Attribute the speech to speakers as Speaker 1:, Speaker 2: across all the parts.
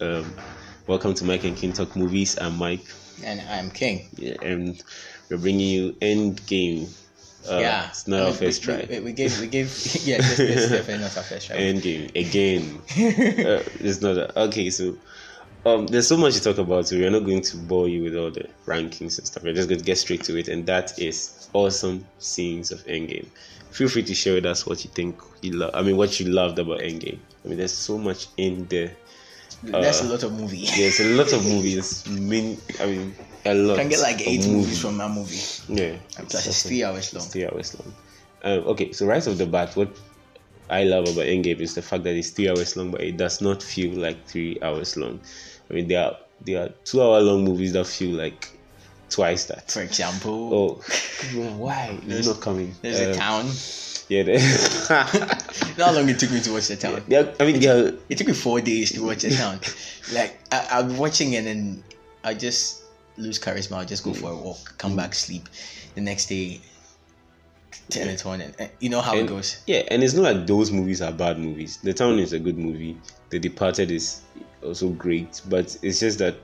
Speaker 1: Um, welcome to Mike and King Talk Movies. I'm Mike,
Speaker 2: And I'm King.
Speaker 1: yeah, and we're bringing you Endgame. Uh,
Speaker 2: yeah.
Speaker 1: it's not
Speaker 2: I
Speaker 1: our
Speaker 2: mean,
Speaker 1: first
Speaker 2: we,
Speaker 1: try.
Speaker 2: We, we gave, we gave, yeah, this, this is definitely not our first try.
Speaker 1: Endgame again. uh, it's not a, okay. So, um, there's so much to talk about. So we're not going to bore you with all the rankings and stuff. We're just going to get straight to it, and that is awesome scenes of Endgame. Feel free to share with us what you think you love. I mean, what you loved about Endgame. I mean, there's so much in there. uh,
Speaker 2: That's a lot of movie.
Speaker 1: There's a lot of movies. Mean, I mean, a lot.
Speaker 2: Can get like
Speaker 1: of
Speaker 2: eight movies from that movie.
Speaker 1: Yeah,
Speaker 2: Plus, it's three hours long.
Speaker 1: three hours long. Um, okay, so right off the bat, what I love about Endgame is the fact that it's three hours long, but it does not feel like three hours long. I mean, there are there are two hour long movies that feel like twice that.
Speaker 2: For example,
Speaker 1: Oh, why? It's not coming.
Speaker 2: there's
Speaker 1: Um,
Speaker 2: a town.
Speaker 1: Yeah, there-
Speaker 2: Not how long it took me to watch the town.
Speaker 1: yeah. I mean, yeah.
Speaker 2: It took me four days to watch the town. like, I, I'll be watching and then I just lose charisma. I'll just go for a walk, come back, sleep. The next day, turn it on. And, and you know how
Speaker 1: And-
Speaker 2: it goes.
Speaker 1: Yeah, and it's not like those movies are bad movies. The Town is a good movie. The Departed is also great, but it's just that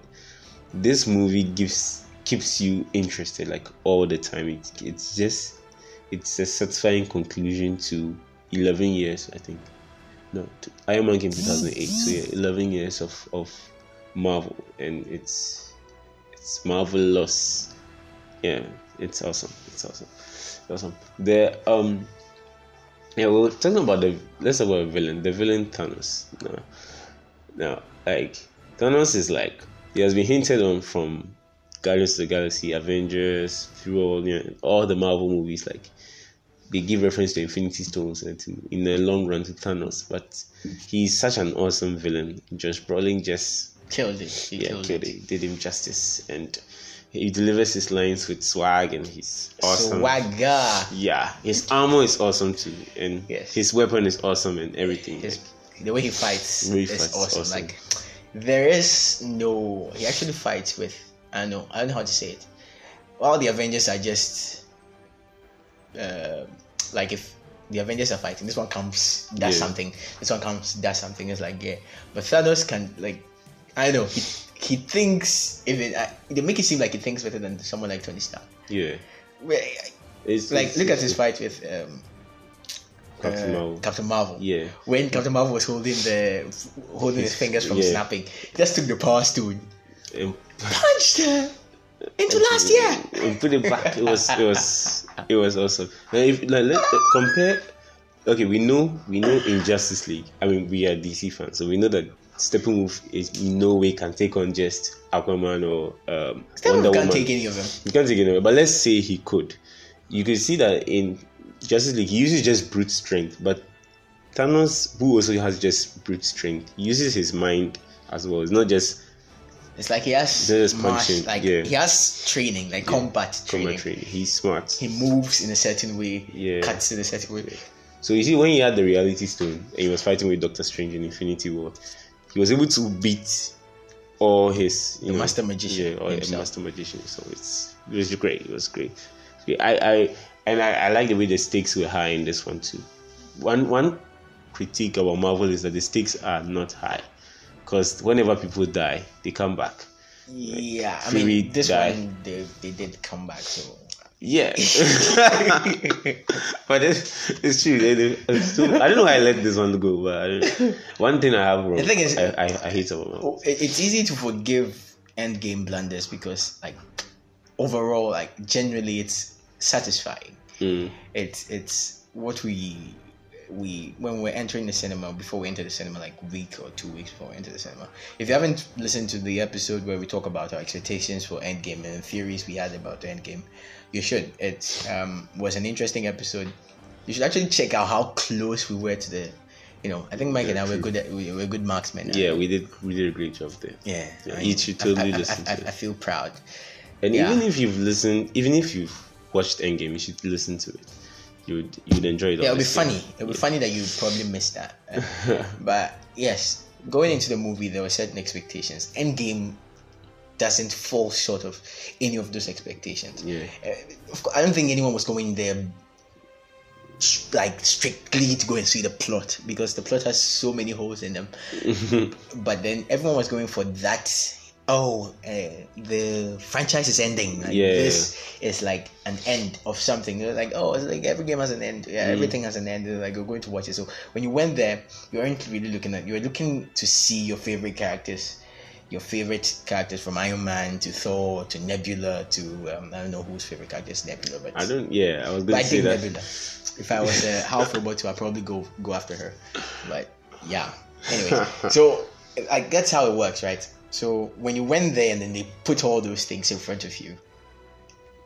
Speaker 1: this movie gives keeps you interested like all the time. It, it's just it's a satisfying conclusion to eleven years, I think. No, t- Iron Man came two thousand eight, so yeah, eleven years of of Marvel, and it's it's marvelous. Yeah, it's awesome. It's awesome. It's awesome. The um. Yeah, we were talking about the let's talk about the villain. The villain Thanos. Now, now, like Thanos is like he has been hinted on from Guardians of the Galaxy, Avengers, through all you know, all the Marvel movies. Like they give reference to Infinity Stones and to, in the long run to Thanos, but he's such an awesome villain. Josh Brolin just
Speaker 2: Killed it. He
Speaker 1: yeah,
Speaker 2: killed,
Speaker 1: killed
Speaker 2: it.
Speaker 1: it. did him justice, and he delivers his lines with swag, and he's awesome.
Speaker 2: Swagger.
Speaker 1: Yeah, his armor is awesome too, and
Speaker 2: Yes.
Speaker 1: his weapon is awesome and everything.
Speaker 2: His, the way he fights
Speaker 1: Way he
Speaker 2: is
Speaker 1: fights is
Speaker 2: awesome.
Speaker 1: awesome.
Speaker 2: Like there is no he actually fights with I don't know I don't know how to say it. All the Avengers are just uh, like if the Avengers are fighting, this one comes does
Speaker 1: Yeah.
Speaker 2: something, this one comes does something. It's like yeah, but Thanos can like I don't know he he thinks even I, they make it seem like he thinks better than someone like Tony Stark.
Speaker 1: yeah,
Speaker 2: Well,
Speaker 1: it's
Speaker 2: Like
Speaker 1: it's-
Speaker 2: look at
Speaker 1: it's
Speaker 2: his fight with um,
Speaker 1: Captain
Speaker 2: uh,
Speaker 1: Marvel.
Speaker 2: Captain Marvel
Speaker 1: Yeah,
Speaker 2: when Captain Marvel was holding the holding his fingers from
Speaker 1: yeah.
Speaker 2: snapping, just took the power stone,
Speaker 1: and,
Speaker 2: punched her into last year.
Speaker 1: and put it back. It was it was it was awesome. Now if like let compare. Okay, we know we know in Justice League. I mean, we are DC fans, so we know that Steppenwolf is in no way can take on just Aquaman or um,
Speaker 2: Stephen
Speaker 1: Wonder
Speaker 2: can't
Speaker 1: Woman.
Speaker 2: take any of them.
Speaker 1: He can't take it away. But let's say he could. You can see that in Justice League, he uses just brute strength. But Thanos, who also has just brute strength, uses his mind as well. It's not just
Speaker 2: It's like he has
Speaker 1: They're just
Speaker 2: mass-
Speaker 1: punching,
Speaker 2: like
Speaker 1: yeah.
Speaker 2: he has training, like combat training.
Speaker 1: combat training. He's smart.
Speaker 2: He moves in a certain way,
Speaker 1: Yeah.
Speaker 2: cuts in a certain way.
Speaker 1: So you see, when he had the Reality Stone and he was fighting with Doctor Strange in Infinity War, he was able to beat all his you
Speaker 2: The
Speaker 1: know,
Speaker 2: master magician
Speaker 1: Yeah, or a
Speaker 2: himself.
Speaker 1: master magician. So it's it was great. It was great. I I and I, I like the way the stakes were high in this one too. One one critique about Marvel is that the stakes are not high, because whenever people die, they come back.
Speaker 2: Yeah, I
Speaker 1: Fury
Speaker 2: mean this
Speaker 1: died.
Speaker 2: one they, they did come back. So
Speaker 1: Yeah. but it's, it's true. It- it- it's too- I don't know why I let this one go, but I don't, one thing I have wrong.
Speaker 2: The thing is-
Speaker 1: I, I, I hate about Marvel.
Speaker 2: Oh, it- it's easy to forgive Endgame blunders because like overall, like generally, it's satisfying.
Speaker 1: Mm,
Speaker 2: it's it's what we we when we're entering the cinema before we enter the cinema like week or two weeks before we enter the cinema if you haven't listened to the episode where we talk about our expectations for endgame and theories we had about the endgame you should it um, was an interesting episode you should actually check out how close we were to the you know i think mike and i were good at, we, we're good marksmen
Speaker 1: yeah, we did we did a great job there.
Speaker 2: yeah,
Speaker 1: Yeah,
Speaker 2: I-
Speaker 1: you should
Speaker 2: I-
Speaker 1: totally
Speaker 2: I, I,
Speaker 1: listen
Speaker 2: I,
Speaker 1: to it.
Speaker 2: I feel proud
Speaker 1: And
Speaker 2: Yeah.
Speaker 1: even if you've listened, even if you've watched Endgame, you should listen to it. You would you'd enjoy it.
Speaker 2: Yeah, it'll be
Speaker 1: honestly.
Speaker 2: funny. It'll be funny that you probably missed that. Uh, but yes, going into the movie, there were certain expectations. Endgame doesn't fall short of any of those expectations.
Speaker 1: Yeah,
Speaker 2: Uh, of course, I don't think anyone was going there s- like strictly to go and see the plot because the plot has so many holes in them. But then everyone was going for that. Oh, uh, the franchise is ending. Like,
Speaker 1: Yeah.
Speaker 2: This is like an end of something. They're like, oh, it's like every game has an end. Yeah, everything has an end. They're like, you're going to watch it. So when you went there, you weren't really looking at. You're looking to see your favorite characters, your favorite characters from Iron Man to Thor to Nebula to um, I don't know whose favorite character is Nebula, but
Speaker 1: I don't. Yeah, I was
Speaker 2: but I
Speaker 1: going to say
Speaker 2: think
Speaker 1: that.
Speaker 2: Nebula. If I was uh, a half robot too, I'd probably go go after her. But yeah. Anyway, so like that's how it works, right? So when you went there and then they put all those things in front of you,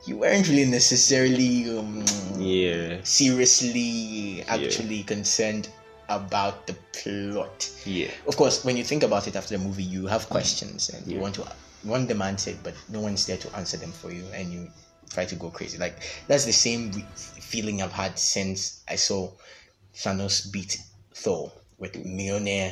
Speaker 2: you weren't really necessarily um,
Speaker 1: Yeah,
Speaker 2: seriously actually concerned about the plot.
Speaker 1: yeah,
Speaker 2: Of course, when you think about it after the movie, you have questions and you
Speaker 1: Yeah.
Speaker 2: want to you want them answered, but no one's there to answer them for you, and you try to go crazy. Like that's the same re- feeling I've had since I saw Thanos beat Thor with Mjolnir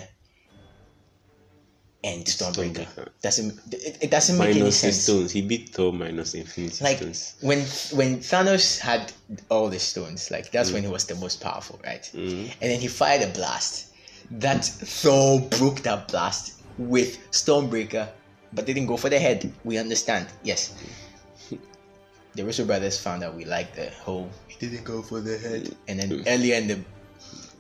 Speaker 2: and Stormbreaker.
Speaker 1: Stormbreaker.
Speaker 2: Doesn't it, it doesn't make any
Speaker 1: Minus the
Speaker 2: sense?
Speaker 1: stones, he beat Thor minus Infinity
Speaker 2: like
Speaker 1: Stones.
Speaker 2: when when Thanos had all the stones, like
Speaker 1: Mm.
Speaker 2: that's when he was the most powerful, right?
Speaker 1: Mhm.
Speaker 2: And then he fired a blast. That Thor broke that blast with Stormbreaker, but they didn't go for the head. We understand, yes. The Russo brothers found out we liked the whole. He didn't go for the head. And then earlier in the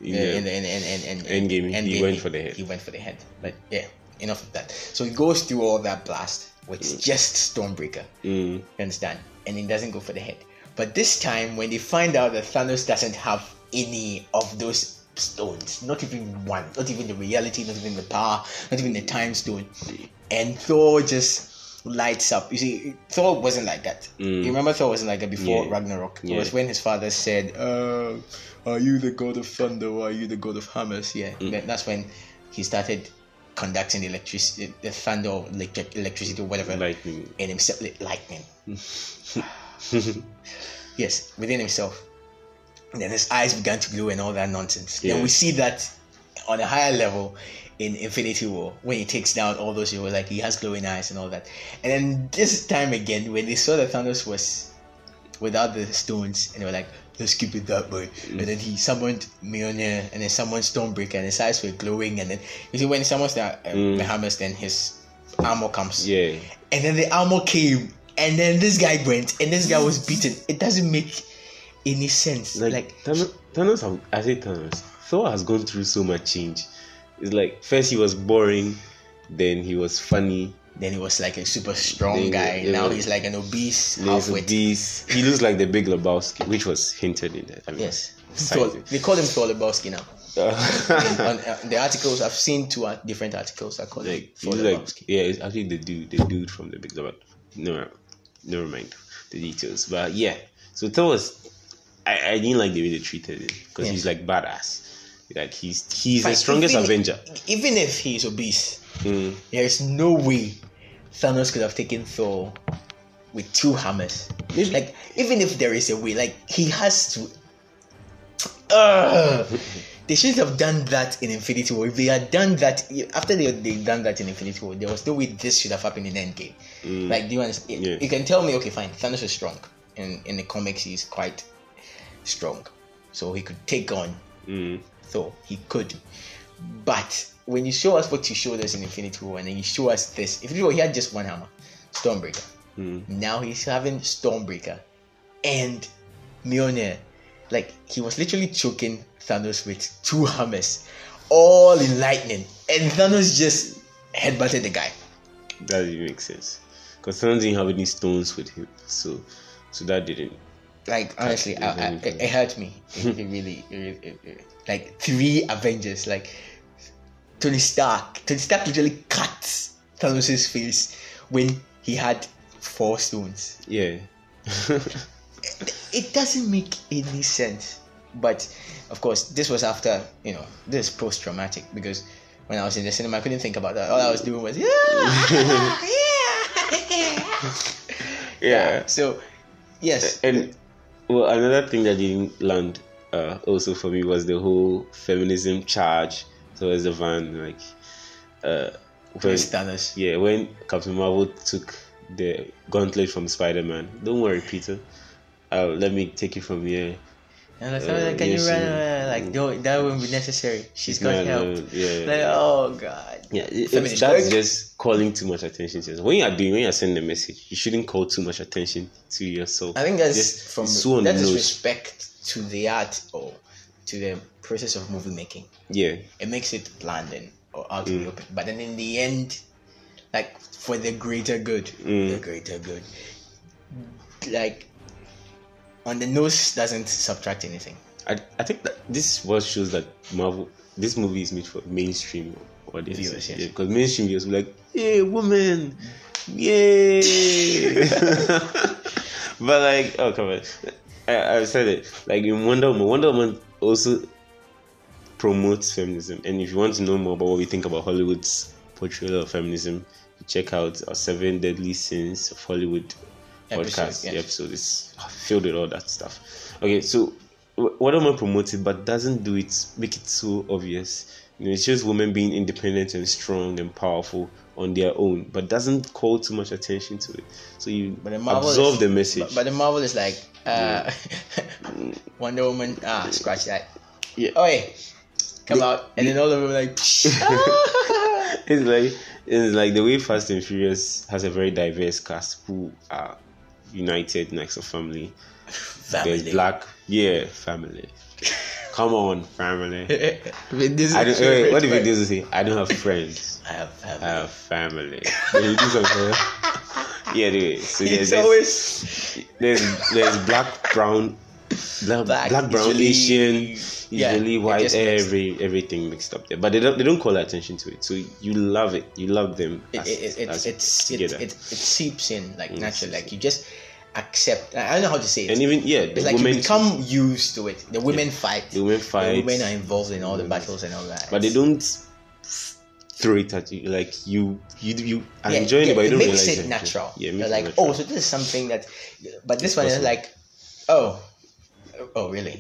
Speaker 1: Yeah.
Speaker 2: and and and and, and
Speaker 1: Endgame, he went for the head.
Speaker 2: He went for the head. But yeah, enough of that. So he goes through all that blast with just Stormbreaker.
Speaker 1: Mm.
Speaker 2: You understand? And it doesn't go for the head. But this time, when they find out that Thanos doesn't have any of those stones, not even one, not even the reality, not even the power, not even the time stone, and Thor just lights up. You see, Thor wasn't like that.
Speaker 1: Mm.
Speaker 2: You remember Thor wasn't like that before
Speaker 1: Yeah.
Speaker 2: Ragnarok. It
Speaker 1: Yeah.
Speaker 2: was when his father said, uh, Are you the god of thunder or are you the god of hammers? Yeah,
Speaker 1: Mm.
Speaker 2: that- that's when he started conducting the electricity, the thunder, or electric, electricity, or whatever
Speaker 1: Lightning.
Speaker 2: in himself li- lightning yes within himself and then his eyes began to glow and all that nonsense
Speaker 1: Yeah.
Speaker 2: then we see that on a higher level in infinity war when he takes down all those people like he has glowing eyes and all that and then this time again when they saw that thanos was without the stones and they were like let's keep it that way and then he summoned Mjolnir and then summoned Stormbreaker and his eyes were glowing and then you see when he summons the, uh, the hammers then his armor comes
Speaker 1: Yeah,
Speaker 2: and then the armor came, and then this guy went, and this guy was beaten. It doesn't make any sense.
Speaker 1: like,
Speaker 2: Like,
Speaker 1: Thanos, Thanos. have- I say Thanos. Thor has gone through so much change. It's like first he was boring, then he was funny,
Speaker 2: then he was like a super strong
Speaker 1: Then-
Speaker 2: guy.
Speaker 1: yeah.
Speaker 2: now he's like an obese
Speaker 1: then he's
Speaker 2: halfwit.
Speaker 1: obese. He looks like the Big Lebowski, which was hinted in that. I mean,
Speaker 2: Yes,
Speaker 1: Excited.
Speaker 2: Thor- they call him Thor Lebowski now.
Speaker 1: Uh,
Speaker 2: On uh, the articles I've seen, two uh, different articles that call him
Speaker 1: like, he
Speaker 2: Thor
Speaker 1: looks like
Speaker 2: Lebowski.
Speaker 1: yeah, it's actually the dude, the dude from the Big Lebowski. No, never mind the details. But yeah, so Thor was. I, I didn't like the way they treated it because
Speaker 2: Yeah.
Speaker 1: he's like badass. Like he's he's the
Speaker 2: But
Speaker 1: strongest
Speaker 2: even-
Speaker 1: Avenger.
Speaker 2: Even if he's obese,
Speaker 1: Mm.
Speaker 2: there is no way Thanos could have taken Thor with two hammers.
Speaker 1: Maybe-
Speaker 2: Like, even if there is a way, like he has to. Ugh. they shouldn't have done that in Infinity War. If they had done that after they they done that in Infinity War, there was no way this should have happened in Endgame. Like, do you understand?
Speaker 1: Yeah.
Speaker 2: You can tell me, okay, fine. Thanos is strong, and in the comics he's quite strong, so he could take on
Speaker 1: Mm.
Speaker 2: Thor. He could. But when you show us what you showed us in Infinity War and then you show us this, if you were he had just one hammer, Stormbreaker.
Speaker 1: Mm.
Speaker 2: Now he's having Stormbreaker and Mjolnir. Like he was literally choking Thanos with two hammers, all in lightning, and Thanos just headbutted the guy.
Speaker 1: That didn't make sense. Because Thanos didn't have any stones with him. So so that didn't.
Speaker 2: Like honestly, I, I, it, it hurt me. It, it really, it, really- it- it- like three Avengers. Like Tony Stark. Tony Stark literally cut Thanos' face when he had four stones.
Speaker 1: Yeah.
Speaker 2: it doesn't make any sense. But of course, this was after you know this is post traumatic because when I was in the cinema, I couldn't think about that. All I was doing was yeah, yeah,
Speaker 1: yeah.
Speaker 2: So yes,
Speaker 1: And well, another thing that didn't land uh, also for me was the whole feminism charge towards the van. Like, uh, when,
Speaker 2: it's Thanos.
Speaker 1: yeah, when Captain Marvel took the gauntlet from Spider Man, don't worry, Peter. Uh, let me take it from here.
Speaker 2: And I felt
Speaker 3: Uh,
Speaker 2: like, can
Speaker 1: yes,
Speaker 2: you run?
Speaker 1: you-
Speaker 2: away? Like, don't, that wouldn't be necessary. She's got
Speaker 1: not
Speaker 2: help.
Speaker 1: alone. Yeah, yeah,
Speaker 2: Like,
Speaker 1: yeah.
Speaker 2: oh god.
Speaker 1: Yeah, it- it's-
Speaker 2: Feminist
Speaker 1: that's
Speaker 2: work.
Speaker 1: just calling too much attention to yourself. When you are doing, when you are sending a message, you shouldn't call too much attention to yourself.
Speaker 2: I think that's
Speaker 1: Just-
Speaker 2: from
Speaker 1: it's so on
Speaker 2: that
Speaker 1: the
Speaker 2: is
Speaker 1: nose.
Speaker 2: respect to the art or to the process of movie making.
Speaker 1: Yeah,
Speaker 2: It makes it blanding or out
Speaker 1: Mm.
Speaker 2: in the open. But then in the end, like for the greater good,
Speaker 1: Mm.
Speaker 2: the greater good, like on the nose doesn't subtract anything.
Speaker 1: I, I think that this is what shows that Marvel, this movie is made for mainstream audience.
Speaker 2: Viewers, yes.
Speaker 1: Yeah, because mainstream viewers will be like, "Hey, woman,
Speaker 2: Mm.
Speaker 1: yay!" but like, oh come on, I, I said it. Like in Wonder Woman, Wonder Woman also promotes feminism. And if you want to know more about what we think about Hollywood's portrayal of feminism, check out our Seven Deadly Sins of Hollywood
Speaker 2: Episode,
Speaker 1: podcast
Speaker 2: yes.
Speaker 1: The episode is filled with all that stuff okay so wh- what am i promoting but doesn't do it make it so obvious you know it shows women being independent and strong and powerful on their own but doesn't call too much attention to it so you
Speaker 2: But the Marvel
Speaker 1: absorb
Speaker 2: is-
Speaker 1: the message
Speaker 2: But, but the Marvel is like uh, Wonder Woman. Ah, scratch that.
Speaker 1: Yeah.
Speaker 2: Oh, hey, come out, and then all of them like. ah!
Speaker 1: it's like it's like the way Fast and Furious has a very diverse cast who are united next to family. There's black, yeah, family. Come on, family. I don't, wait, wait, what if it does say? I don't have friends.
Speaker 2: I have family.
Speaker 1: I have family. They will do something. yeah, anyway. So there's,
Speaker 2: it's
Speaker 1: there's,
Speaker 2: always
Speaker 1: there's there's black, brown, black,
Speaker 2: Black,
Speaker 1: black, brown,
Speaker 2: Israeli-
Speaker 1: Asian,
Speaker 2: Yeah,
Speaker 1: Israeli,
Speaker 2: it
Speaker 1: white,
Speaker 2: just mixed.
Speaker 1: every everything mixed up there. But they don't they don't call attention to it. So you love it. You love them.
Speaker 2: it,
Speaker 1: as-
Speaker 2: it, it,
Speaker 1: as
Speaker 2: it's it, it,
Speaker 1: together.
Speaker 2: it, seeps in like naturally. Like you just accept. I I don't know how to say it.
Speaker 1: and even yeah, the
Speaker 2: it's like
Speaker 1: women
Speaker 2: you become used to it. The women fight.
Speaker 1: the women
Speaker 2: The
Speaker 1: fight,
Speaker 2: women are involved in all the battles and all that.
Speaker 1: but they don't throw it at you. Like you you you are
Speaker 2: Yeah,
Speaker 1: enjoying it,
Speaker 2: yeah,
Speaker 1: but you
Speaker 2: it
Speaker 1: don't
Speaker 2: makes
Speaker 1: realize
Speaker 2: it natural.
Speaker 1: Yeah, it
Speaker 2: You're
Speaker 1: makes
Speaker 2: like,
Speaker 1: it natural.
Speaker 2: oh, so this is something that, but this one is
Speaker 1: possible.
Speaker 2: like, oh, oh, really?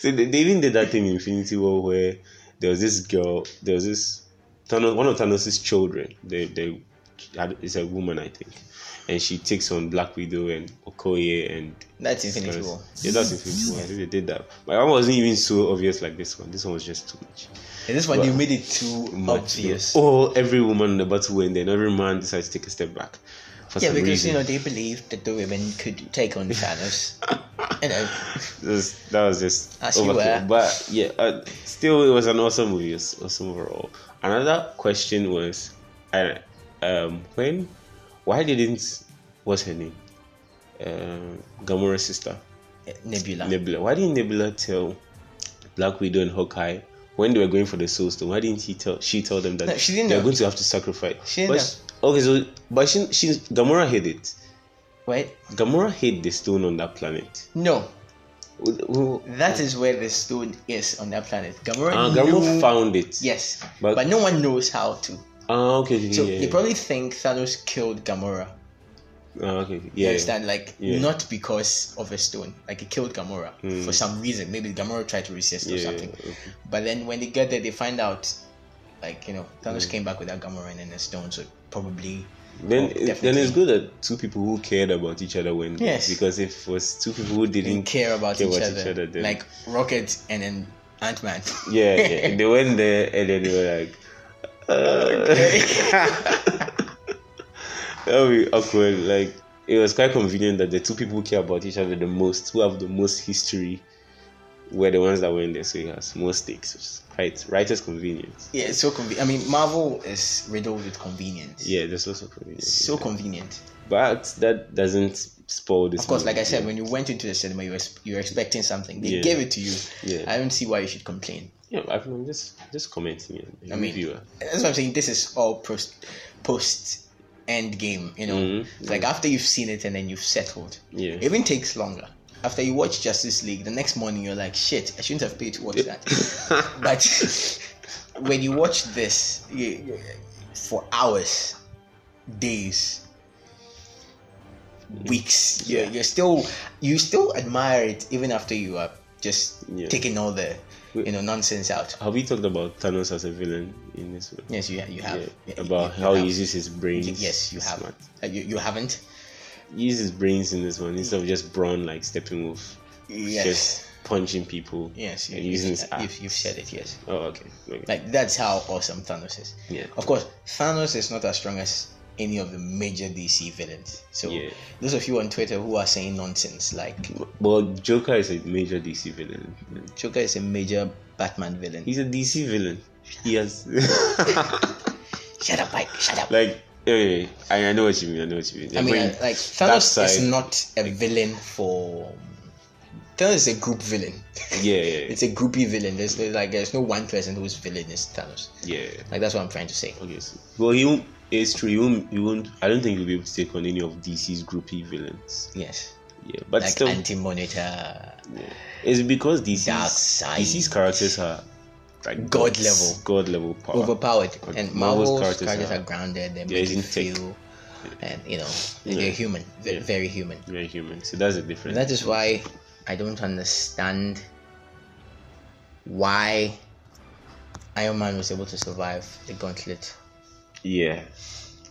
Speaker 1: so they, they even did that thing in Infinity War where there was this girl, there was this Thanos, one of Thanos' children. They they had, it's a woman, I think, and she takes on Black Widow and Okoye and
Speaker 2: That's Infinity War.
Speaker 1: yeah, that's Infinity War. I think They did that, but that wasn't even so obvious like this one. This one was just too much.
Speaker 2: And this one, you made it too
Speaker 1: Much,
Speaker 2: obvious.
Speaker 1: you know. All every woman in the battle, and then every man decides to take a step back. For
Speaker 2: yeah,
Speaker 1: some
Speaker 2: because
Speaker 1: reason.
Speaker 2: you know they believed that the women could take on Thanos. you know,
Speaker 1: That was- that was just
Speaker 2: As you were.
Speaker 1: But yeah, uh, still, it was an awesome movie. It was awesome overall. Another question was, uh, um, when, why didn't, what's her name, um, Gamora's sister
Speaker 2: Nebula.
Speaker 1: Nebula? Why didn't Nebula tell Black Widow and Hawkeye when they were going for the Soul Stone? Why didn't he tell? She tell them that
Speaker 2: No, she didn't
Speaker 1: they're
Speaker 2: know.
Speaker 1: going to have to sacrifice.
Speaker 2: She didn't
Speaker 1: but
Speaker 2: know.
Speaker 1: okay, so but she, she Gamora hid it.
Speaker 2: Wait,
Speaker 1: Gamora hid the stone on that planet.
Speaker 2: no,
Speaker 1: Who- who-
Speaker 2: that is where the stone is on that planet. Gamora.
Speaker 1: Uh, Gamora
Speaker 2: knew-
Speaker 1: found it.
Speaker 2: Yes, but,
Speaker 1: But-
Speaker 2: no one knows how to.
Speaker 1: Ah, okay, okay,
Speaker 2: So
Speaker 1: yeah,
Speaker 2: they
Speaker 1: yeah.
Speaker 2: probably think Thanos killed Gamora.
Speaker 1: Ah, okay, okay,
Speaker 2: You
Speaker 1: yeah, yeah.
Speaker 2: understand? Like
Speaker 1: Yeah. Hmm.
Speaker 2: not because of a stone. Like it killed Gamora for some reason. Maybe Gamora tried to resist or
Speaker 1: Yeah,
Speaker 2: something.
Speaker 1: okay.
Speaker 2: But then when they get there, they find out, like you know, Thanos came back without Gamora and then a stone. So probably
Speaker 1: Hmm. Then,
Speaker 2: Oh,
Speaker 1: it, then it's good that two people who cared about each other went. there,
Speaker 2: Yes.
Speaker 1: Because if it was two people who
Speaker 2: didn't
Speaker 1: didn't,
Speaker 2: care about
Speaker 1: care
Speaker 2: each,
Speaker 1: about
Speaker 2: other.
Speaker 1: each other then.
Speaker 2: Like Rocket and then Ant Man.
Speaker 1: yeah, yeah, they went there and then they were like, uh, that would be awkward. Like it was quite convenient that the two people who care about each other the most, who have the most history, were the ones that went there. So it has more stakes. which is Quite writer's convenience.
Speaker 2: yeah, it's so convenient. I mean, Marvel is riddled with convenience.
Speaker 1: Yeah, there's also convenience.
Speaker 2: So convenient.
Speaker 1: but that doesn't spoil this.
Speaker 2: Of course, like
Speaker 1: movie.
Speaker 2: I said, when you went into the cinema, you were, you were expecting something. They
Speaker 1: Yeah.
Speaker 2: gave it to you.
Speaker 1: Yeah.
Speaker 2: I don't see why you should complain.
Speaker 1: Yeah, I- I'm just just commenting it.
Speaker 2: I mean,
Speaker 1: reviewer.
Speaker 2: that's what I'm saying. This is all post post end game. You know,
Speaker 1: Mhm.
Speaker 2: It's like after you've seen it and then you've settled.
Speaker 1: Yeah.
Speaker 2: It even takes longer. After you watch Justice League, the next morning you're like, shit, I shouldn't have paid to watch that. but when you watch this you, for hours, days,
Speaker 1: Mm-hmm.
Speaker 2: weeks, you're, you're still you still admire it even after you are just
Speaker 1: Yeah.
Speaker 2: taking all the you know nonsense out.
Speaker 1: Have we talked about Thanos as a villain in this one?
Speaker 2: Yes, you, you have.
Speaker 1: Yeah,
Speaker 2: Yeah,
Speaker 1: about
Speaker 2: you- you
Speaker 1: how he
Speaker 2: have.
Speaker 1: uses his brains.
Speaker 2: Yes, you
Speaker 1: It's
Speaker 2: have.
Speaker 1: smart.
Speaker 2: Uh, You, you haven't.
Speaker 1: He uses his brains in this one instead of just brawn like Steppenwolf. He's just punching people.
Speaker 2: Yes,
Speaker 1: and
Speaker 2: you-
Speaker 1: using his
Speaker 2: you-
Speaker 1: axe.
Speaker 2: you've, you've said it, yes.
Speaker 1: Oh, okay. okay.
Speaker 2: Like, that's how awesome Thanos is.
Speaker 1: yeah.
Speaker 2: Of course, Thanos is not as strong as any of the major DC villains. So,
Speaker 1: Yeah.
Speaker 2: those of you on Twitter who are saying nonsense, like,
Speaker 1: Well, Joker is a major DC villain.
Speaker 2: Joker is a major Batman villain.
Speaker 1: He's a DC villain. He has
Speaker 2: shut up, Mike, shut up.
Speaker 1: like okay, I, I know what you mean. I know what you mean.
Speaker 2: I mean,
Speaker 1: When-
Speaker 2: uh, like, Thanos is
Speaker 1: side-
Speaker 2: not a villain for. Thanos is a group villain.
Speaker 1: yeah, yeah,
Speaker 2: It's a groupy villain. There's there's, like there's no one person whose villain is Thanos.
Speaker 1: yeah.
Speaker 2: Like that's what I'm trying to say.
Speaker 1: Okay, so, well, he won't. It's true. He won't. He won't. I don't think he'll be able to take on any of DC's groupie E villains.
Speaker 2: Yes.
Speaker 1: Yeah, but
Speaker 2: like
Speaker 1: still,
Speaker 2: anti-monitor,
Speaker 1: yeah. it's because DC's
Speaker 2: Darkseid.
Speaker 1: DC's characters are like
Speaker 2: God
Speaker 1: gods,
Speaker 2: level.
Speaker 1: god level power.
Speaker 2: overpowered,
Speaker 1: But
Speaker 2: and
Speaker 1: Marvel's
Speaker 2: Marvel's,
Speaker 1: characters
Speaker 2: characters,
Speaker 1: are-
Speaker 2: are, grounded. They
Speaker 1: They're
Speaker 2: make you
Speaker 1: isn't thick.
Speaker 2: feel, and you know
Speaker 1: Yeah.
Speaker 2: they're human, they're
Speaker 1: Yeah.
Speaker 2: very human.
Speaker 1: Very human. So that's the difference.
Speaker 2: And that is why I don't understand why Iron Man was able to survive the gauntlet.
Speaker 1: yeah.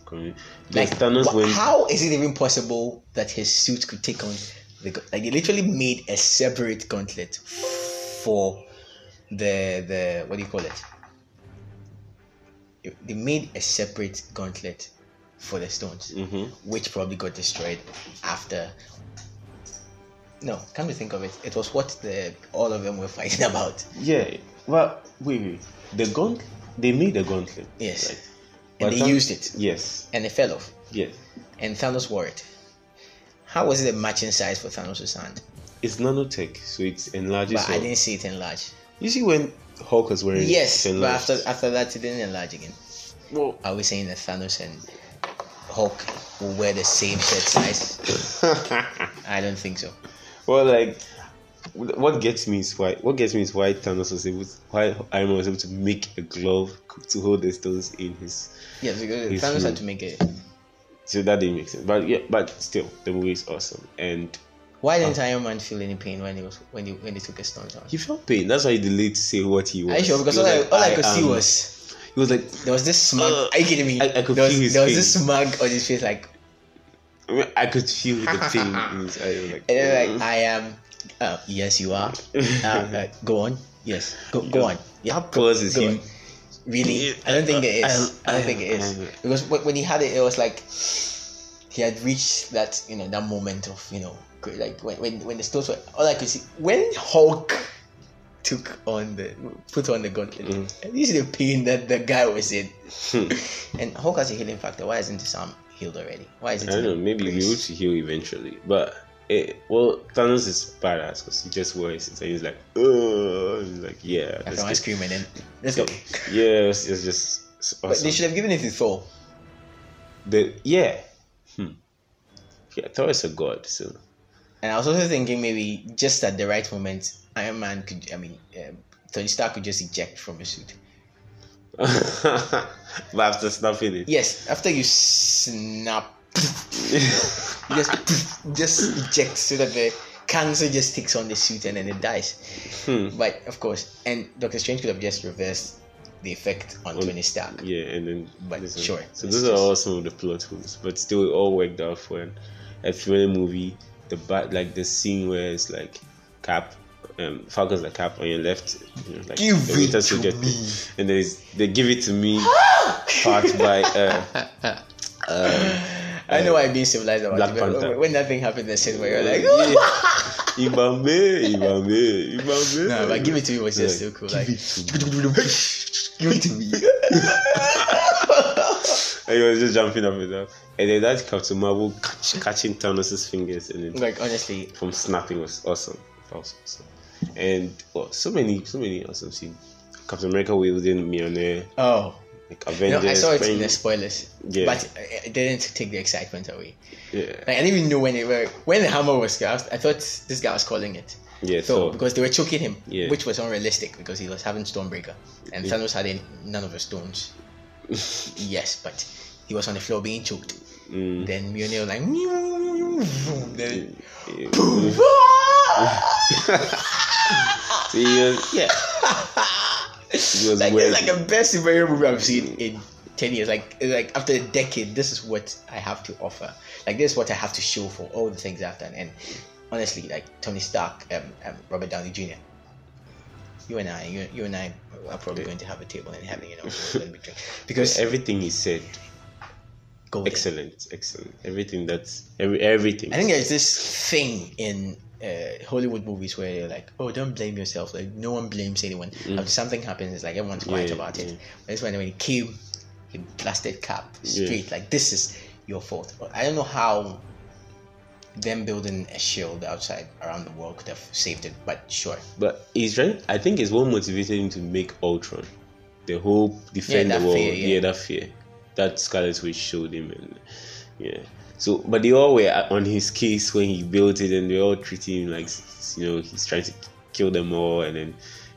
Speaker 1: Commu-
Speaker 2: Like
Speaker 1: Because Thanos
Speaker 2: wh-
Speaker 1: went.
Speaker 2: how is it even possible that his suit could take on the gaunt- like they literally made a separate gauntlet for the the what do you call it? They made a separate gauntlet for the stones,
Speaker 1: hmm
Speaker 2: which probably got destroyed after. No, come to think of it, it was what the all of them were fighting about.
Speaker 1: Yeah. Well, wait, wait. The gauntlet. They made the gauntlet.
Speaker 2: Yes.
Speaker 1: right?
Speaker 2: And
Speaker 1: But
Speaker 2: they
Speaker 1: Thanos-
Speaker 2: used it,
Speaker 1: Yes.
Speaker 2: and it fell off,
Speaker 1: Yes.
Speaker 2: and Thanos wore it. How was it a matching size for Thanos' hand?
Speaker 1: It's nanotech, so it's enlarges.
Speaker 2: But I
Speaker 1: your-
Speaker 2: didn't see it enlarge.
Speaker 1: You see when Hulk was wearing
Speaker 2: Yes,
Speaker 1: it
Speaker 2: but
Speaker 1: enlarged.
Speaker 2: after after that it didn't enlarge again.
Speaker 1: well,
Speaker 2: Are we saying that Thanos and Hulk will wear the same shirt size? I don't think so.
Speaker 1: well, like what gets me is why what gets me is why Thanos was able to, why Iron Man was able to make a glove to hold the stones in his
Speaker 2: Yeah, because
Speaker 1: It's
Speaker 2: Thanos
Speaker 1: true.
Speaker 2: had to make it.
Speaker 1: so that didn't make sense. But yeah, but still the movie is awesome and
Speaker 2: Why
Speaker 1: Oh.
Speaker 2: didn't Iron Man feel any pain when he was when he when he took his stones out?
Speaker 1: he felt pain. That's why he delayed to say what he was.
Speaker 2: Are you sure? Because
Speaker 1: He
Speaker 2: all
Speaker 1: was
Speaker 2: I,
Speaker 1: like,
Speaker 2: all I could see
Speaker 1: am-
Speaker 2: was
Speaker 1: he was like
Speaker 2: there was this smug.
Speaker 1: Uh,
Speaker 2: are you kidding me?
Speaker 1: I- I could
Speaker 2: there was,
Speaker 1: feel his
Speaker 2: there was
Speaker 1: pain.
Speaker 2: this smug on his face, like
Speaker 1: I, mean, I could feel the pain in his eye. He was like,
Speaker 2: and then,
Speaker 1: Mm.
Speaker 2: like I am. Uh, yes, you are. Uh, uh, go on. Yes, go go on. Yeah,
Speaker 1: that pause is
Speaker 2: go
Speaker 1: him
Speaker 2: on. Really? I don't think it is. I don't think it is. Because wh- when he had it, it was like he had reached that you know that moment of you know gr- like when when, when the stones were all I could see when Hulk took on the put on the gauntlet.
Speaker 1: Mhm.
Speaker 2: This is the pain that the guy was in.
Speaker 1: Hmm.
Speaker 2: And Hulk has a healing factor. Why isn't his arm healed already? Why is it?
Speaker 1: I don't know. Maybe we would heal eventually, but it, well, Thanos is badass because he just wears it and he's like, oh, he's like, yeah,
Speaker 2: I
Speaker 1: let's
Speaker 2: can
Speaker 1: get,
Speaker 2: scream and then let's go.
Speaker 1: yeah, it's, it's just it's
Speaker 2: But
Speaker 1: awesome.
Speaker 2: they should have given it to Thor.
Speaker 1: The- yeah, hmm. yeah, Thor is a god, so
Speaker 2: And I was also thinking maybe just at the right moment, Iron Man could. I mean, um, Tony Stark could just eject from his suit.
Speaker 1: but after snapping it,
Speaker 2: Yes, after you snap, you just just eject so that the cancer just sticks on the suit and then it dies.
Speaker 1: hmm.
Speaker 2: But of course, and Doctor Strange could have just reversed the effect on
Speaker 1: On-
Speaker 2: Tony Stark.
Speaker 1: yeah, and then
Speaker 2: But
Speaker 1: this one.
Speaker 2: sure,
Speaker 1: So
Speaker 2: it's
Speaker 1: those are
Speaker 2: just-
Speaker 1: all some of the plot holes, but still, it all worked out for an, a thriller movie. The bat, like the scene where it's like Cap, um, Falcon's the Cap on your left, you know, like
Speaker 2: Give
Speaker 1: the
Speaker 2: it
Speaker 1: Winter
Speaker 2: to
Speaker 1: Soldier
Speaker 2: me.
Speaker 1: thing. and then it's, they give it to me, part by uh, um,
Speaker 2: I know I'm being civilized about
Speaker 1: Black
Speaker 2: it, but
Speaker 1: Panther.
Speaker 2: when that thing happened, the scene where you're like,
Speaker 1: Ibambe, Ibambe, Ibambe.
Speaker 2: no, but give it to me was just
Speaker 1: Like,
Speaker 2: so cool. Like,
Speaker 1: give
Speaker 2: give it to me.
Speaker 1: And he was just jumping up and down, and then that Captain Marvel catch, catching Thanos' fingers, and then
Speaker 2: like honestly,
Speaker 1: from snapping was awesome. That was awesome. And well, so many, so many awesome scenes. Captain America wielding millionaire,
Speaker 2: oh.
Speaker 1: like
Speaker 2: No,
Speaker 1: Avengers.
Speaker 2: I saw it in
Speaker 1: friend-
Speaker 2: the spoilers,
Speaker 1: Yeah.
Speaker 2: but it didn't take the excitement away.
Speaker 1: Yeah,
Speaker 2: Like I didn't even know when they were when the hammer was. I, was, I thought this guy was calling it
Speaker 1: yeah. So,
Speaker 2: Thor because they were choking him,
Speaker 1: Yeah.
Speaker 2: which was unrealistic because he was having Stormbreaker, and
Speaker 1: Yeah.
Speaker 2: Thanos had in- none of the stones. yes, but he was on the floor being choked.
Speaker 1: mm,
Speaker 2: Then Mjolnir was like, then
Speaker 1: yeah.
Speaker 2: it-
Speaker 1: So he was, yeah, he was
Speaker 2: like
Speaker 1: weird.
Speaker 2: it's like the best superhero movie I've seen in ten years. Like like after a decade, this is what I have to offer. Like this is what I have to show for all the things I've done. And honestly, like Tony Stark, um, um, Robert Downey Jr. You and I, you, you and I are probably going to have a table and having you know we're gonna be drinking. because
Speaker 1: Everything he said,
Speaker 2: golden.
Speaker 1: excellent, excellent. Everything that's every everything.
Speaker 2: I think there's this thing in uh, Hollywood movies where they're like, "Oh, don't blame yourself. Like no one blames anyone. After something happens, it's like everyone's quiet
Speaker 1: Mm. Yeah,
Speaker 2: about it."
Speaker 1: yeah.
Speaker 2: That's when when he came, he blasted Cap straight. Like this is your fault. I don't know how them building a shield outside around the world could have saved it, but sure.
Speaker 1: But he's trying. I think it's what motivated him to make Ultron. The whole defend
Speaker 2: Yeah, that
Speaker 1: the world.
Speaker 2: fear, yeah.
Speaker 1: yeah. that fear. That Scarlet Witch showed him, and yeah. So, but they all were on his case when he built it, and they all treating him like s- you know he's trying to kill them all, and then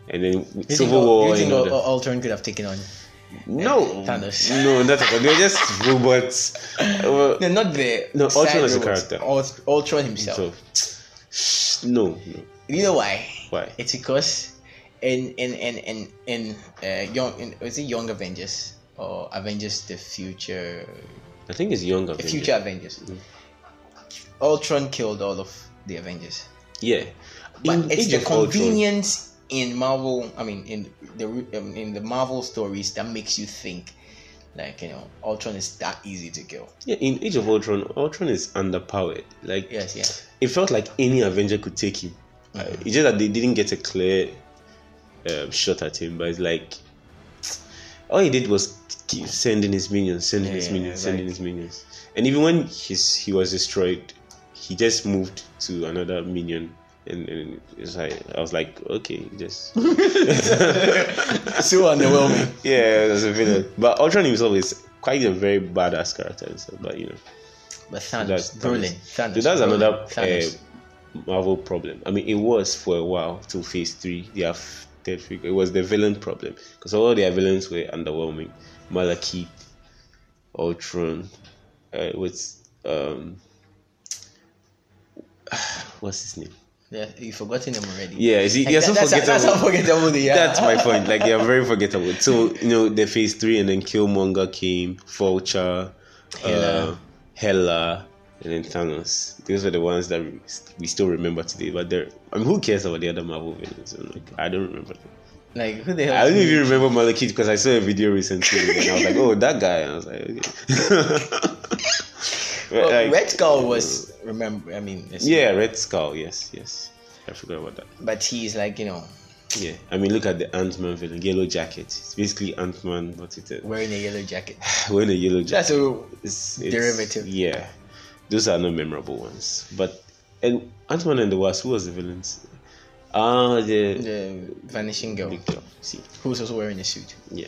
Speaker 1: and then with
Speaker 2: Do you think
Speaker 1: Civil
Speaker 2: Ul-
Speaker 1: War.
Speaker 2: do you
Speaker 1: and
Speaker 2: think
Speaker 1: all
Speaker 2: Ul-
Speaker 1: that.
Speaker 2: Ul- Ultron could have taken on?
Speaker 1: no,
Speaker 2: Thanos.
Speaker 1: no, not at all. They're just robots. Uh,
Speaker 2: No, not the
Speaker 1: No,
Speaker 2: side
Speaker 1: Ultron is a
Speaker 2: robots.
Speaker 1: character.
Speaker 2: Ult- Ultron himself.
Speaker 1: so, no, no.
Speaker 2: You know why?
Speaker 1: Why?
Speaker 2: It's because in in in in in uh, young in, is it Young Avengers or Avengers the Future
Speaker 1: I think it's younger.
Speaker 2: the Future Avengers.
Speaker 1: Mm.
Speaker 2: Ultron killed all of the Avengers,
Speaker 1: Yeah.
Speaker 2: but
Speaker 1: In
Speaker 2: it's
Speaker 1: Age
Speaker 2: the
Speaker 1: of Ultron-
Speaker 2: convenience in Marvel. I mean, in the um, in the Marvel stories that makes you think, like you know, Ultron is that easy to kill.
Speaker 1: Yeah, in Age of Ultron, Ultron is underpowered. Like
Speaker 2: Yes, yeah.
Speaker 1: it felt like any Avenger could take him. Uh, it's just that they didn't get a clear um, shot at him. But it's like all he did was keep sending his minions, sending his
Speaker 2: Yeah,
Speaker 1: minions, sending
Speaker 2: like-
Speaker 1: his minions. And even when his he was destroyed, he just moved to another minion. And, and it's like I was like, okay, just
Speaker 2: so underwhelming.
Speaker 1: yeah, that's a bit. Of, but Ultron himself is quite a very badass character. himself, but you know.
Speaker 2: But Thanos,
Speaker 1: That's-
Speaker 2: Brolin, Thanos.
Speaker 1: So that's
Speaker 2: Brolin,
Speaker 1: another
Speaker 2: Thanos.
Speaker 1: uh, Marvel problem. I mean, it was for a while till Phase Three. Their f- third figure. It was the villain problem because all their villains were underwhelming. Malekith, Ultron, uh, with um, what's his name?
Speaker 2: Yeah, you've forgotten him already.
Speaker 1: Yeah, you see,
Speaker 2: Like,
Speaker 1: they're
Speaker 2: that-
Speaker 1: so
Speaker 2: that's,
Speaker 1: forgettable.
Speaker 2: That's how forgettable they are.
Speaker 1: That's my point. Like they are very forgettable. So you know, the phase three, and then Killmonger came, Vulture,
Speaker 2: Hela.
Speaker 1: Hela, Hela and then Thanos. Those are the ones that we- we still remember today. But they're I mean, who cares about the other Marvel villains? I'm like, I don't remember. Them.
Speaker 2: Like who the hell?
Speaker 1: I
Speaker 2: is
Speaker 1: don't
Speaker 2: he?
Speaker 1: even remember Malekith because I saw a video recently, and I was like, oh, that guy. And I was like, okay. But,
Speaker 2: Well,
Speaker 1: like,
Speaker 2: Red Skull was remember. I mean, it's-
Speaker 1: yeah, Red Skull. Yes, yes. I forgot about that.
Speaker 2: But he's like you know
Speaker 1: Yeah, I mean, look at the Ant Man villain, Yellow Jacket. It's basically Ant Man, but it's a,
Speaker 2: wearing a yellow jacket.
Speaker 1: wearing a yellow jacket.
Speaker 2: That's a
Speaker 1: It's-
Speaker 2: derivative.
Speaker 1: Yeah, those are not memorable ones. But and Ant Man and the Wasp, who was the villains? Ah, the,
Speaker 2: the vanishing
Speaker 1: the
Speaker 2: girl
Speaker 1: girl. See,
Speaker 2: who's also wearing a suit.
Speaker 1: yeah.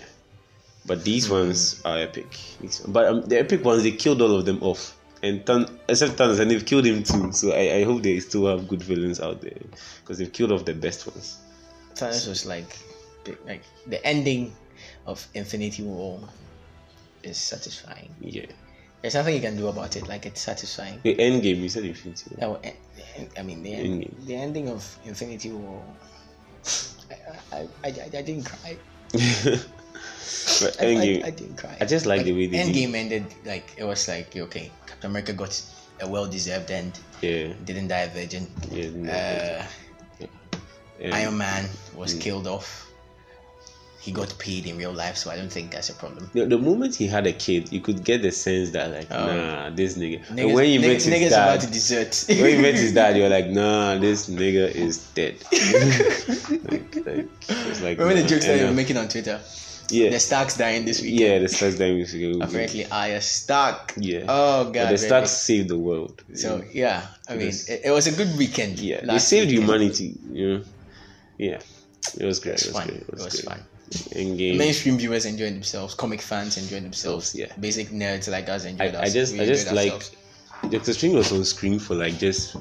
Speaker 1: But these ones are epic. These- But um, the epic ones, they killed all of them off. And Than- except Thanos, and they've killed him too. So I, I hope they still have good villains out there because they've killed off the best ones.
Speaker 2: Thanos was like, big- like the ending of Infinity War is satisfying.
Speaker 1: Yeah.
Speaker 2: There's nothing you can do about it. Like it's satisfying.
Speaker 1: The end game, you said Infinity. War.
Speaker 2: That wa- en- en- I mean the end,
Speaker 1: Endgame.
Speaker 2: the ending of Infinity War. I I, I, I I didn't cry.
Speaker 1: but
Speaker 2: I,
Speaker 1: Endgame,
Speaker 2: I, I didn't cry.
Speaker 1: I just like the way they did-
Speaker 2: Endgame ended. Like it was like okay, Captain America got a well-deserved end.
Speaker 1: yeah,
Speaker 2: Didn't die a virgin.
Speaker 1: yeah, Mm. no,
Speaker 2: Uh,
Speaker 1: yeah.
Speaker 2: Iron Man was killed off. He got paid in real life, so I don't think that's a problem.
Speaker 1: The, the moment he had a kid, you could get the sense that like, nah, this nigga.
Speaker 2: Oh. Niggas,
Speaker 1: And when you
Speaker 2: niggas,
Speaker 1: met his
Speaker 2: niggas
Speaker 1: dad,
Speaker 2: about to desert.
Speaker 1: when you met his dad, you're like, nah, this nigga is dead. like, like, it's like,
Speaker 2: Remember
Speaker 1: nah,
Speaker 2: the jokes that
Speaker 1: and,
Speaker 2: you were
Speaker 1: uh,
Speaker 2: making on Twitter?
Speaker 1: Yeah,
Speaker 2: The Starks dying this week.
Speaker 1: yeah, the Starks dying is
Speaker 2: Apparently, I a Stark.
Speaker 1: Yeah.
Speaker 2: Oh God.
Speaker 1: But
Speaker 2: really.
Speaker 1: the Starks saved the world.
Speaker 2: So yeah, I mean,
Speaker 1: Yes.
Speaker 2: it, it was a good weekend.
Speaker 1: yeah, they
Speaker 2: last
Speaker 1: saved
Speaker 2: weekend.
Speaker 1: humanity. You know, yeah, it was great.
Speaker 2: It was fun.
Speaker 1: great.
Speaker 2: It was
Speaker 1: great.
Speaker 2: fun.
Speaker 1: Endgame.
Speaker 2: mainstream viewers enjoyed themselves, comic fans enjoyed themselves,
Speaker 1: Yeah.
Speaker 2: basic nerds like us
Speaker 1: I,
Speaker 2: enjoyed
Speaker 1: I
Speaker 2: ourselves.
Speaker 1: just
Speaker 2: We
Speaker 1: I just
Speaker 2: enjoyed
Speaker 1: like
Speaker 2: ourselves.
Speaker 1: Doctor Strange was on screen for like just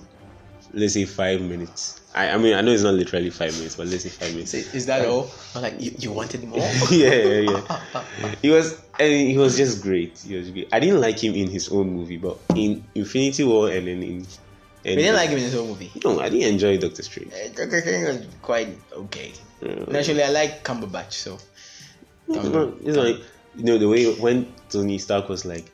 Speaker 1: let's say five minutes. I, I mean I know it's not literally five minutes, but let's say five minutes.
Speaker 2: Is, is that all? I'm like you, you wanted more.
Speaker 1: yeah, yeah, yeah. He was and he was just great. He was great. I didn't like him in his own movie, but in Infinity War and then in
Speaker 2: we didn't like him in this whole movie.
Speaker 1: no, I didn't enjoy Doctor Strange.
Speaker 2: Uh, Doctor Strange was quite okay.
Speaker 1: Uh,
Speaker 2: Naturally, I like Cumberbatch, so
Speaker 1: No, it's like you know the way when Tony Stark was like,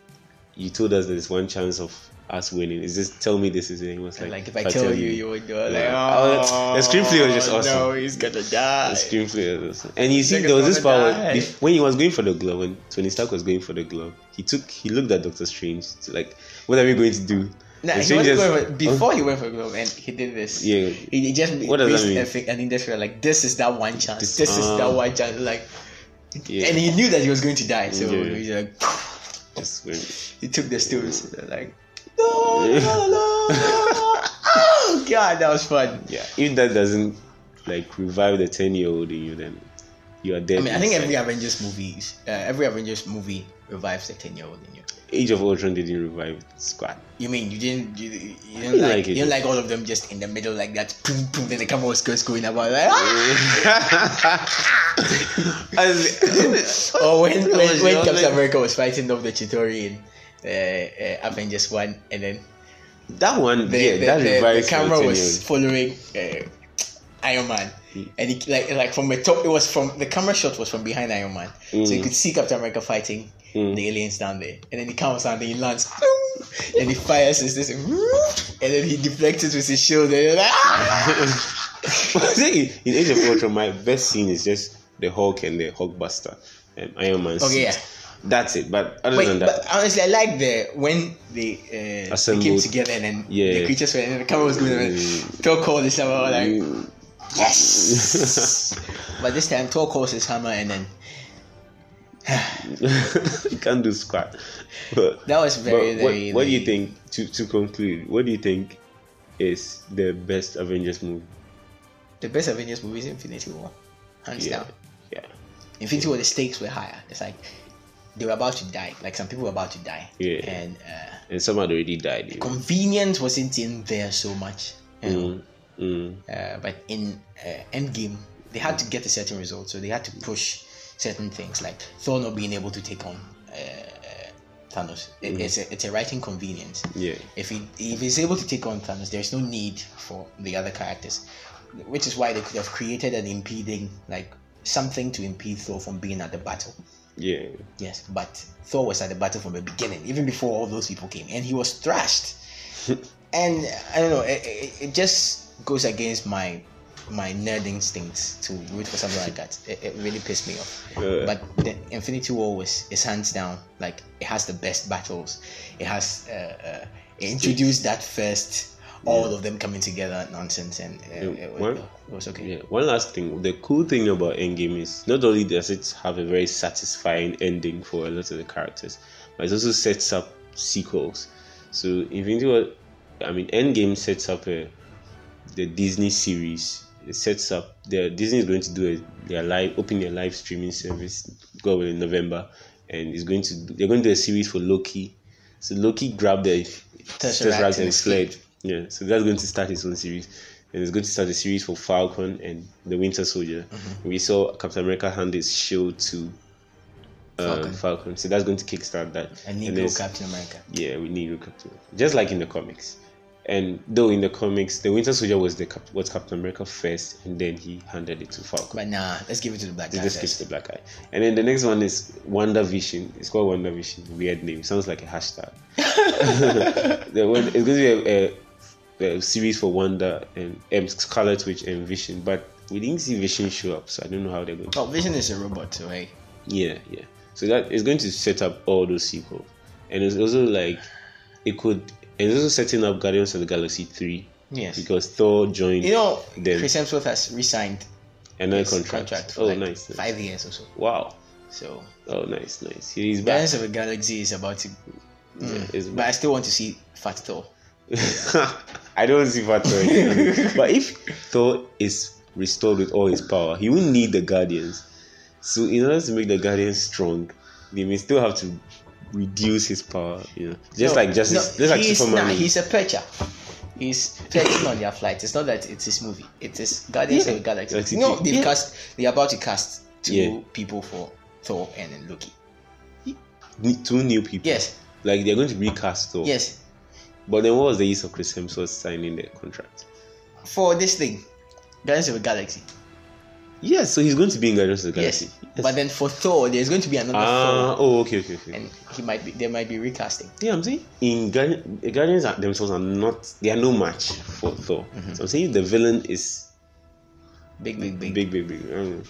Speaker 1: "You told us there's one chance of us winning. It's just tell me this is it. He was
Speaker 2: Like,
Speaker 1: like,
Speaker 2: if I, tell, you, you would go like,
Speaker 1: Yeah. Oh, that's-
Speaker 2: oh,
Speaker 1: the screenplay was just
Speaker 2: No,
Speaker 1: awesome.
Speaker 2: he's gonna die.
Speaker 1: The screenplay was awesome. And you see,
Speaker 2: Nigga's
Speaker 1: there was this
Speaker 2: gonna
Speaker 1: part
Speaker 2: die.
Speaker 1: where- bef- when he was going for the glove, when Tony Stark was going for the glove, he took he looked at Doctor Strange to like, what are we going to do?
Speaker 2: Nah,
Speaker 1: The
Speaker 2: he
Speaker 1: Strange
Speaker 2: wasn't
Speaker 1: just-
Speaker 2: going for, before he went for globe, and he did this.
Speaker 1: Yeah.
Speaker 2: He, he just
Speaker 1: What does that
Speaker 2: missed
Speaker 1: mean?
Speaker 2: everything, and he just felt like this is that one chance. This,
Speaker 1: This-
Speaker 2: is that
Speaker 1: ah.
Speaker 2: one chance. Like,
Speaker 1: Yeah.
Speaker 2: and he knew that he was going to die, so
Speaker 1: Yeah.
Speaker 2: he like
Speaker 1: just went.
Speaker 2: he took the stones. Like, no, no, no, no. oh god, that was fun.
Speaker 1: Yeah. If that doesn't like revive the ten year old in you, then you are dead.
Speaker 2: I mean, I think
Speaker 1: inside.
Speaker 2: every Avengers movie, uh, every Avengers movie revives the ten-year-old in you.
Speaker 1: Age of Ultron didn't revive squat.
Speaker 2: You mean you didn't you, you didn't
Speaker 1: didn't
Speaker 2: like,
Speaker 1: like it.
Speaker 2: you didn't like all of them just in the middle like that? Boom, boom, then the camera was goes going about like. Ah!
Speaker 1: As-
Speaker 2: Or Oh, when
Speaker 1: That
Speaker 2: when,
Speaker 1: was
Speaker 2: when
Speaker 1: your
Speaker 2: Captain
Speaker 1: name.
Speaker 2: America was fighting off the Chitauri in uh, uh, Avengers One, and then
Speaker 1: that one,
Speaker 2: the,
Speaker 1: yeah,
Speaker 2: the,
Speaker 1: that
Speaker 2: the- the
Speaker 1: revives
Speaker 2: camera
Speaker 1: the
Speaker 2: was
Speaker 1: 10-year-old.
Speaker 2: following uh, Iron Man, and he, like like from the top, it was from the camera shot was from behind Iron Man, so you
Speaker 1: Mm.
Speaker 2: could see Captain America fighting
Speaker 1: Mm.
Speaker 2: the aliens down there, and then he comes down, then he lands, and he fires his this, and then he deflects it with his shield, and then, ah!
Speaker 1: I think in Age of Ultron, my best scene is just the Hulk and the Hulkbuster, um, Iron Man.
Speaker 2: okay,
Speaker 1: suit.
Speaker 2: yeah.
Speaker 1: That's it. But other
Speaker 2: Wait,
Speaker 1: than that,
Speaker 2: but honestly, I like the when they, uh, they came
Speaker 1: Assembled.
Speaker 2: together and then
Speaker 1: Yeah.
Speaker 2: the creatures were and then the camera was going and Thor called his hammer like
Speaker 1: Mm.
Speaker 2: yes. but this time Thor calls his hammer and then
Speaker 1: you can't do squat. But,
Speaker 2: that was
Speaker 1: but
Speaker 2: very
Speaker 1: what,
Speaker 2: very.
Speaker 1: what do you
Speaker 2: very-
Speaker 1: think? To to conclude, what do you think is the best Avengers movie?
Speaker 2: The best Avengers movie is Infinity War, hands
Speaker 1: Yeah.
Speaker 2: down.
Speaker 1: Yeah.
Speaker 2: Infinity War, the stakes were higher. It's like they were about to die. Like some people were about to die.
Speaker 1: Yeah.
Speaker 2: And uh,
Speaker 1: And some had already died. you know.
Speaker 2: convenience wasn't in there so much. you know.
Speaker 1: Mm, mm,
Speaker 2: Uh, but in uh, Endgame, they had to get a certain result, so they had to push certain things, like Thor not being able to take on uh, Thanos. It, It's a it's a writing convenience.
Speaker 1: yeah.
Speaker 2: If he if he's able to take on Thanos, there's no need for the other characters, which is why they could have created an impeding like something to impede Thor from being at the battle.
Speaker 1: Yeah.
Speaker 2: Yes, but Thor was at the battle from the beginning, even before all those people came, and he was thrashed. and I don't know, it, it, it just goes against my my nerd instincts to root for something like that. It, it really pissed me off.
Speaker 1: Uh,
Speaker 2: But the Infinity War was is hands down like it has the best battles. It has uh, uh, it introduced that first. All of them coming together nonsense and uh, it,
Speaker 1: Yeah,
Speaker 2: was-
Speaker 1: well,
Speaker 2: it was okay.
Speaker 1: Yeah. One last thing. The cool thing about Endgame is not only does it have a very satisfying ending for a lot of the characters, but it also sets up sequels. So Infinity War, I mean, Endgame sets up a, the Disney series. It sets up the Disney is going to do a, their live open their live streaming service go in November, and it's going to they're going to do a series for Loki. So Loki grabbed the Tesseract and
Speaker 2: escaped.
Speaker 1: fled. Yeah, so that's going to start his own series, and it's going to start a series for Falcon and the Winter Soldier. We saw Captain America hand his shield to uh,
Speaker 2: Falcon.
Speaker 1: Falcon. so that's going to kickstart that.
Speaker 2: And
Speaker 1: And
Speaker 2: Negro
Speaker 1: there's-
Speaker 2: Captain America.
Speaker 1: yeah, we need Captain, just like in the comics. And though in the comics, the Winter Soldier was the Cap- was Captain America first, and then he handed it to Falcon.
Speaker 2: But nah, let's give it to the black
Speaker 1: They
Speaker 2: guy
Speaker 1: just gives
Speaker 2: first.
Speaker 1: the black eye. And then the next one is Wonder Vision. It's called Wonder Vision. Weird name. Sounds like a hashtag. The one- it's going to be a, a, a series for Wonder and um, Scarlet Witch and Vision, but we didn't see Vision show up, so I don't know how they're going. to...
Speaker 2: Oh, Vision is a robot, so hey.
Speaker 1: Yeah, yeah. So that is going to set up all those sequels, and it's also like it could. It's also setting up Guardians of the Galaxy three
Speaker 2: Yes.
Speaker 1: because Thor joined
Speaker 2: you know,
Speaker 1: Then-
Speaker 2: Chris Hemsworth has re-signed
Speaker 1: another
Speaker 2: his
Speaker 1: contract.
Speaker 2: contract, for
Speaker 1: Oh,
Speaker 2: like
Speaker 1: nice. nice.
Speaker 2: five years or so.
Speaker 1: Wow.
Speaker 2: So
Speaker 1: Oh, nice, nice. He's back.
Speaker 2: Guardians of the Galaxy is about to,
Speaker 1: Yeah, he's
Speaker 2: but I still want to see Fat Thor.
Speaker 1: I don't see Fat Thor. in- but if Thor is restored with all his power, he won't need the Guardians. So in order to make the Guardians strong, they may still have to reduce his power. You know, just
Speaker 2: No,
Speaker 1: like Justice, just like
Speaker 2: he's,
Speaker 1: Superman.
Speaker 2: nah,
Speaker 1: in-
Speaker 2: he's a percher. He's perching on their flight. It's not that it's his movie. It is Guardians
Speaker 1: Yeah.
Speaker 2: of the Galaxy.
Speaker 1: Galaxy
Speaker 2: no,
Speaker 1: two.
Speaker 2: they've
Speaker 1: Yeah.
Speaker 2: cast. They're about to cast two
Speaker 1: Yeah.
Speaker 2: people for Thor and then Loki.
Speaker 1: ne- two new people.
Speaker 2: Yes,
Speaker 1: Like they're going to recast Thor.
Speaker 2: yes.
Speaker 1: But then what was the use of Chris Hemsworth signing the contract?
Speaker 2: For this thing, Guardians of the Galaxy.
Speaker 1: Yes, so he's going to be in Guardians of the Galaxy.
Speaker 2: Yes. But then for Thor, there's going to be another
Speaker 1: Ah,
Speaker 2: Thor,
Speaker 1: oh, okay, okay, okay.
Speaker 2: and he might be there might be recasting.
Speaker 1: yeah, I'm saying in Guardian, the Guardians are, themselves are not they are no match for Thor. So I'm saying the villain is
Speaker 2: Big, Mm-hmm. big, big.
Speaker 1: big, big, big. I don't know.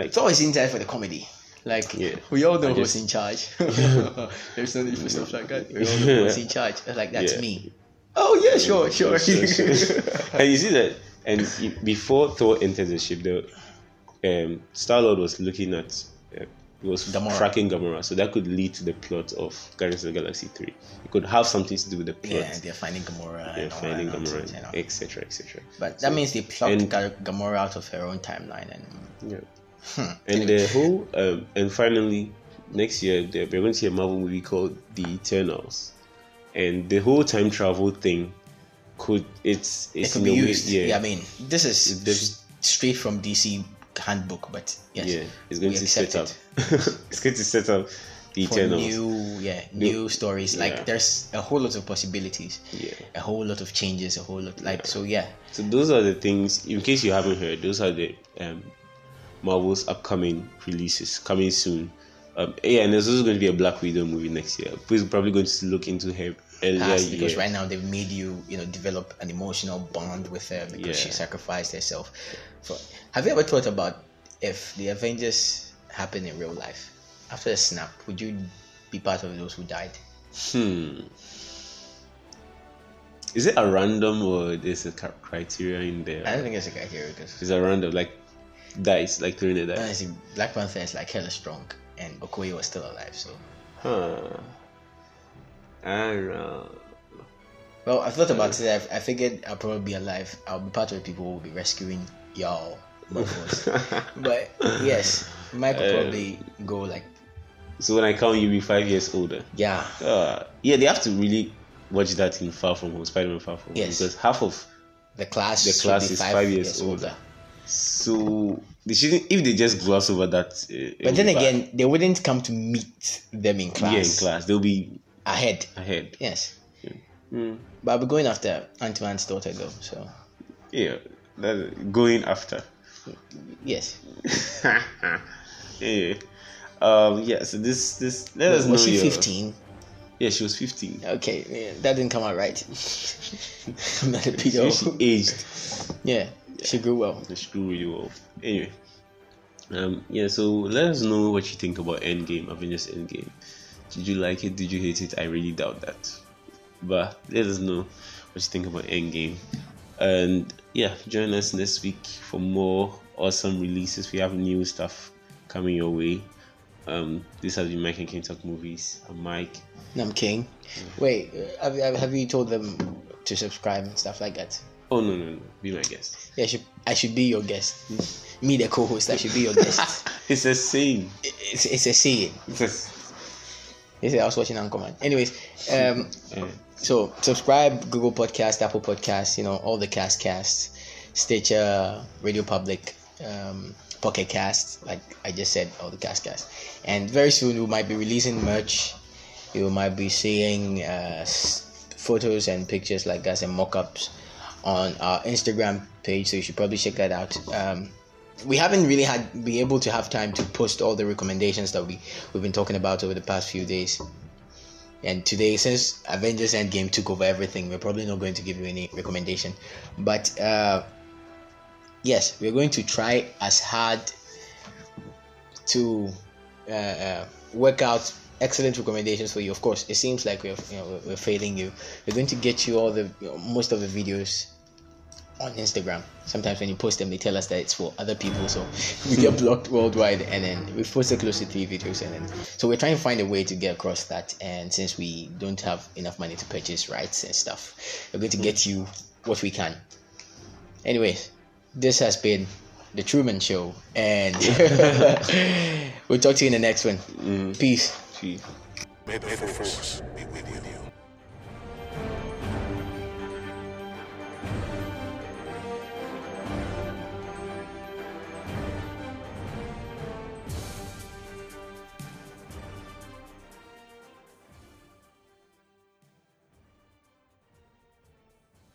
Speaker 1: Like
Speaker 2: Thor is in there for the comedy. Like
Speaker 1: Yeah.
Speaker 2: we all know
Speaker 1: I
Speaker 2: who's
Speaker 1: just-
Speaker 2: in charge. There's no need for stuff like that. We all know who's in charge. Like that's
Speaker 1: Yeah.
Speaker 2: me. Oh yeah, sure, sure.
Speaker 1: Sure, sure. and you see that, and i- before Thor entered the ship, the um, Star Lord was looking at, uh, he was
Speaker 2: Gamora.
Speaker 1: tracking Gamora, so that could lead to the plot of Guardians of the Galaxy Three. It could have something to do with the plot.
Speaker 2: yeah, they're finding Gamora.
Speaker 1: they're
Speaker 2: and all
Speaker 1: finding
Speaker 2: that nonsense, you know.
Speaker 1: Gamora, etc., etc.
Speaker 2: But that means they plucked
Speaker 1: and-
Speaker 2: Ga- Gamora out of her own timeline, and
Speaker 1: Yeah. And the whole, um, and finally, next year there- we're going to see a Marvel movie called The Eternals, and the whole time travel thing could it's
Speaker 2: it
Speaker 1: it's
Speaker 2: could
Speaker 1: in
Speaker 2: be
Speaker 1: a way-
Speaker 2: used. Yeah. I mean, this is
Speaker 1: It def-
Speaker 2: s- straight from DC handbook, but yes,
Speaker 1: Yeah, it's going
Speaker 2: we
Speaker 1: to
Speaker 2: accept
Speaker 1: set up.
Speaker 2: it.
Speaker 1: it's going to set up the
Speaker 2: for
Speaker 1: Eternals.
Speaker 2: new, yeah, new stories.
Speaker 1: yeah.
Speaker 2: Like there's a whole lot of possibilities,
Speaker 1: Yeah.
Speaker 2: a whole lot of changes, a whole lot. Like so, yeah.
Speaker 1: So those are the things. In case you haven't heard, those are the um, Marvel's upcoming releases coming soon. Um, yeah, and there's also going to be a Black Widow movie next year. We're probably going to look into her earlier
Speaker 2: past because
Speaker 1: year.
Speaker 2: right now they've made you you know develop an emotional bond with her because she
Speaker 1: Yeah.
Speaker 2: sacrificed herself for have you ever thought about if the avengers happened in real life after the snap would you be part of those who died
Speaker 1: Hmm. Is it a random or there's a cri- criteria in
Speaker 2: i
Speaker 1: there?
Speaker 2: don't think it's a criteria because
Speaker 1: It's a random, like dice, like throwing a dice.
Speaker 2: honestly black panther is like hella strong and okoye was still alive so
Speaker 1: Huh. I don't know.
Speaker 2: well i thought about it i I figured i'll probably be alive i'll be part of the people who will be rescuing y'all buffos. but yes mike will
Speaker 1: Uh,
Speaker 2: probably go like
Speaker 1: So when I count, you'll be five years older.
Speaker 2: yeah
Speaker 1: Uh, yeah, they have to really watch that in Far From Home, Spider-Man Far From Home,
Speaker 2: Yes.
Speaker 1: because half of
Speaker 2: the class
Speaker 1: The
Speaker 2: should
Speaker 1: class
Speaker 2: be
Speaker 1: is five years older. so they shouldn't if they just gloss over that. uh, it
Speaker 2: But
Speaker 1: will
Speaker 2: then
Speaker 1: be bad.
Speaker 2: again, they wouldn't come to meet them in class,
Speaker 1: yeah, in class they'll be
Speaker 2: ahead.
Speaker 1: ahead.
Speaker 2: Yes,
Speaker 1: Mm.
Speaker 2: but I'll be going after Ant Man's daughter though. So
Speaker 1: Yeah, that, going after.
Speaker 2: yes,
Speaker 1: yeah. Um. Yeah. So this this let us know.
Speaker 2: was she
Speaker 1: your-
Speaker 2: fifteen?
Speaker 1: Yeah, she was fifteen.
Speaker 2: Okay, yeah, that didn't come out right. I'm not a
Speaker 1: So she
Speaker 2: pedo.
Speaker 1: aged.
Speaker 2: yeah, she grew well.
Speaker 1: They screw you off. Anyway. Um yeah, so let us know what you think about Endgame, Avengers Endgame. Did you like it? Did you hate it? I really doubt that. But let us know what you think about Endgame. And yeah, join us next week for more awesome releases. We have new stuff coming your way. Um, this has been Mike and King Talk Movies. I'm Mike.
Speaker 2: And I'm king. Wait, uh, have, have have you told them to subscribe and stuff like that?
Speaker 1: Oh no no no, be my guest.
Speaker 2: Yeah, I should I should be your guest. Me, the co-host, I should be your guest.
Speaker 1: It's a saying.
Speaker 2: It- it's, it's a saying.
Speaker 1: It's a-
Speaker 2: They say I was watching Uncommon. Anyways, um,
Speaker 1: uh,
Speaker 2: So subscribe, Google Podcast, Apple Podcast, you know, all the cast casts, Stitcher, Radio Public, um, Pocket Cast, like I just said, all the cast casts. And very soon we might be releasing merch. You might be seeing uh, s- photos and pictures like us and mock-ups on our Instagram page, so you should probably check that out. Um, we haven't really had been able to have time to post all the recommendations that we we've been talking about over the past few days. And today, since Avengers Endgame took over everything, we're probably not going to give you any recommendation. But uh, yes, we're going to try as hard to uh, uh, work out excellent recommendations for you. Of course, it seems like we're you know, we're- we're failing you. We're going to get you all the most of the videos on Instagram. Sometimes when you post them, they tell us that it's for other people, so we get blocked worldwide. And then we've posted close to three videos, and then so we're trying to find a way to get across that. And since we don't have enough money to purchase rights and stuff, we're going to get you what we can. Anyways, this has been the Truman Show, and we'll talk to you in the next one. Peace.
Speaker 1: she-
Speaker 3: May the force be with you.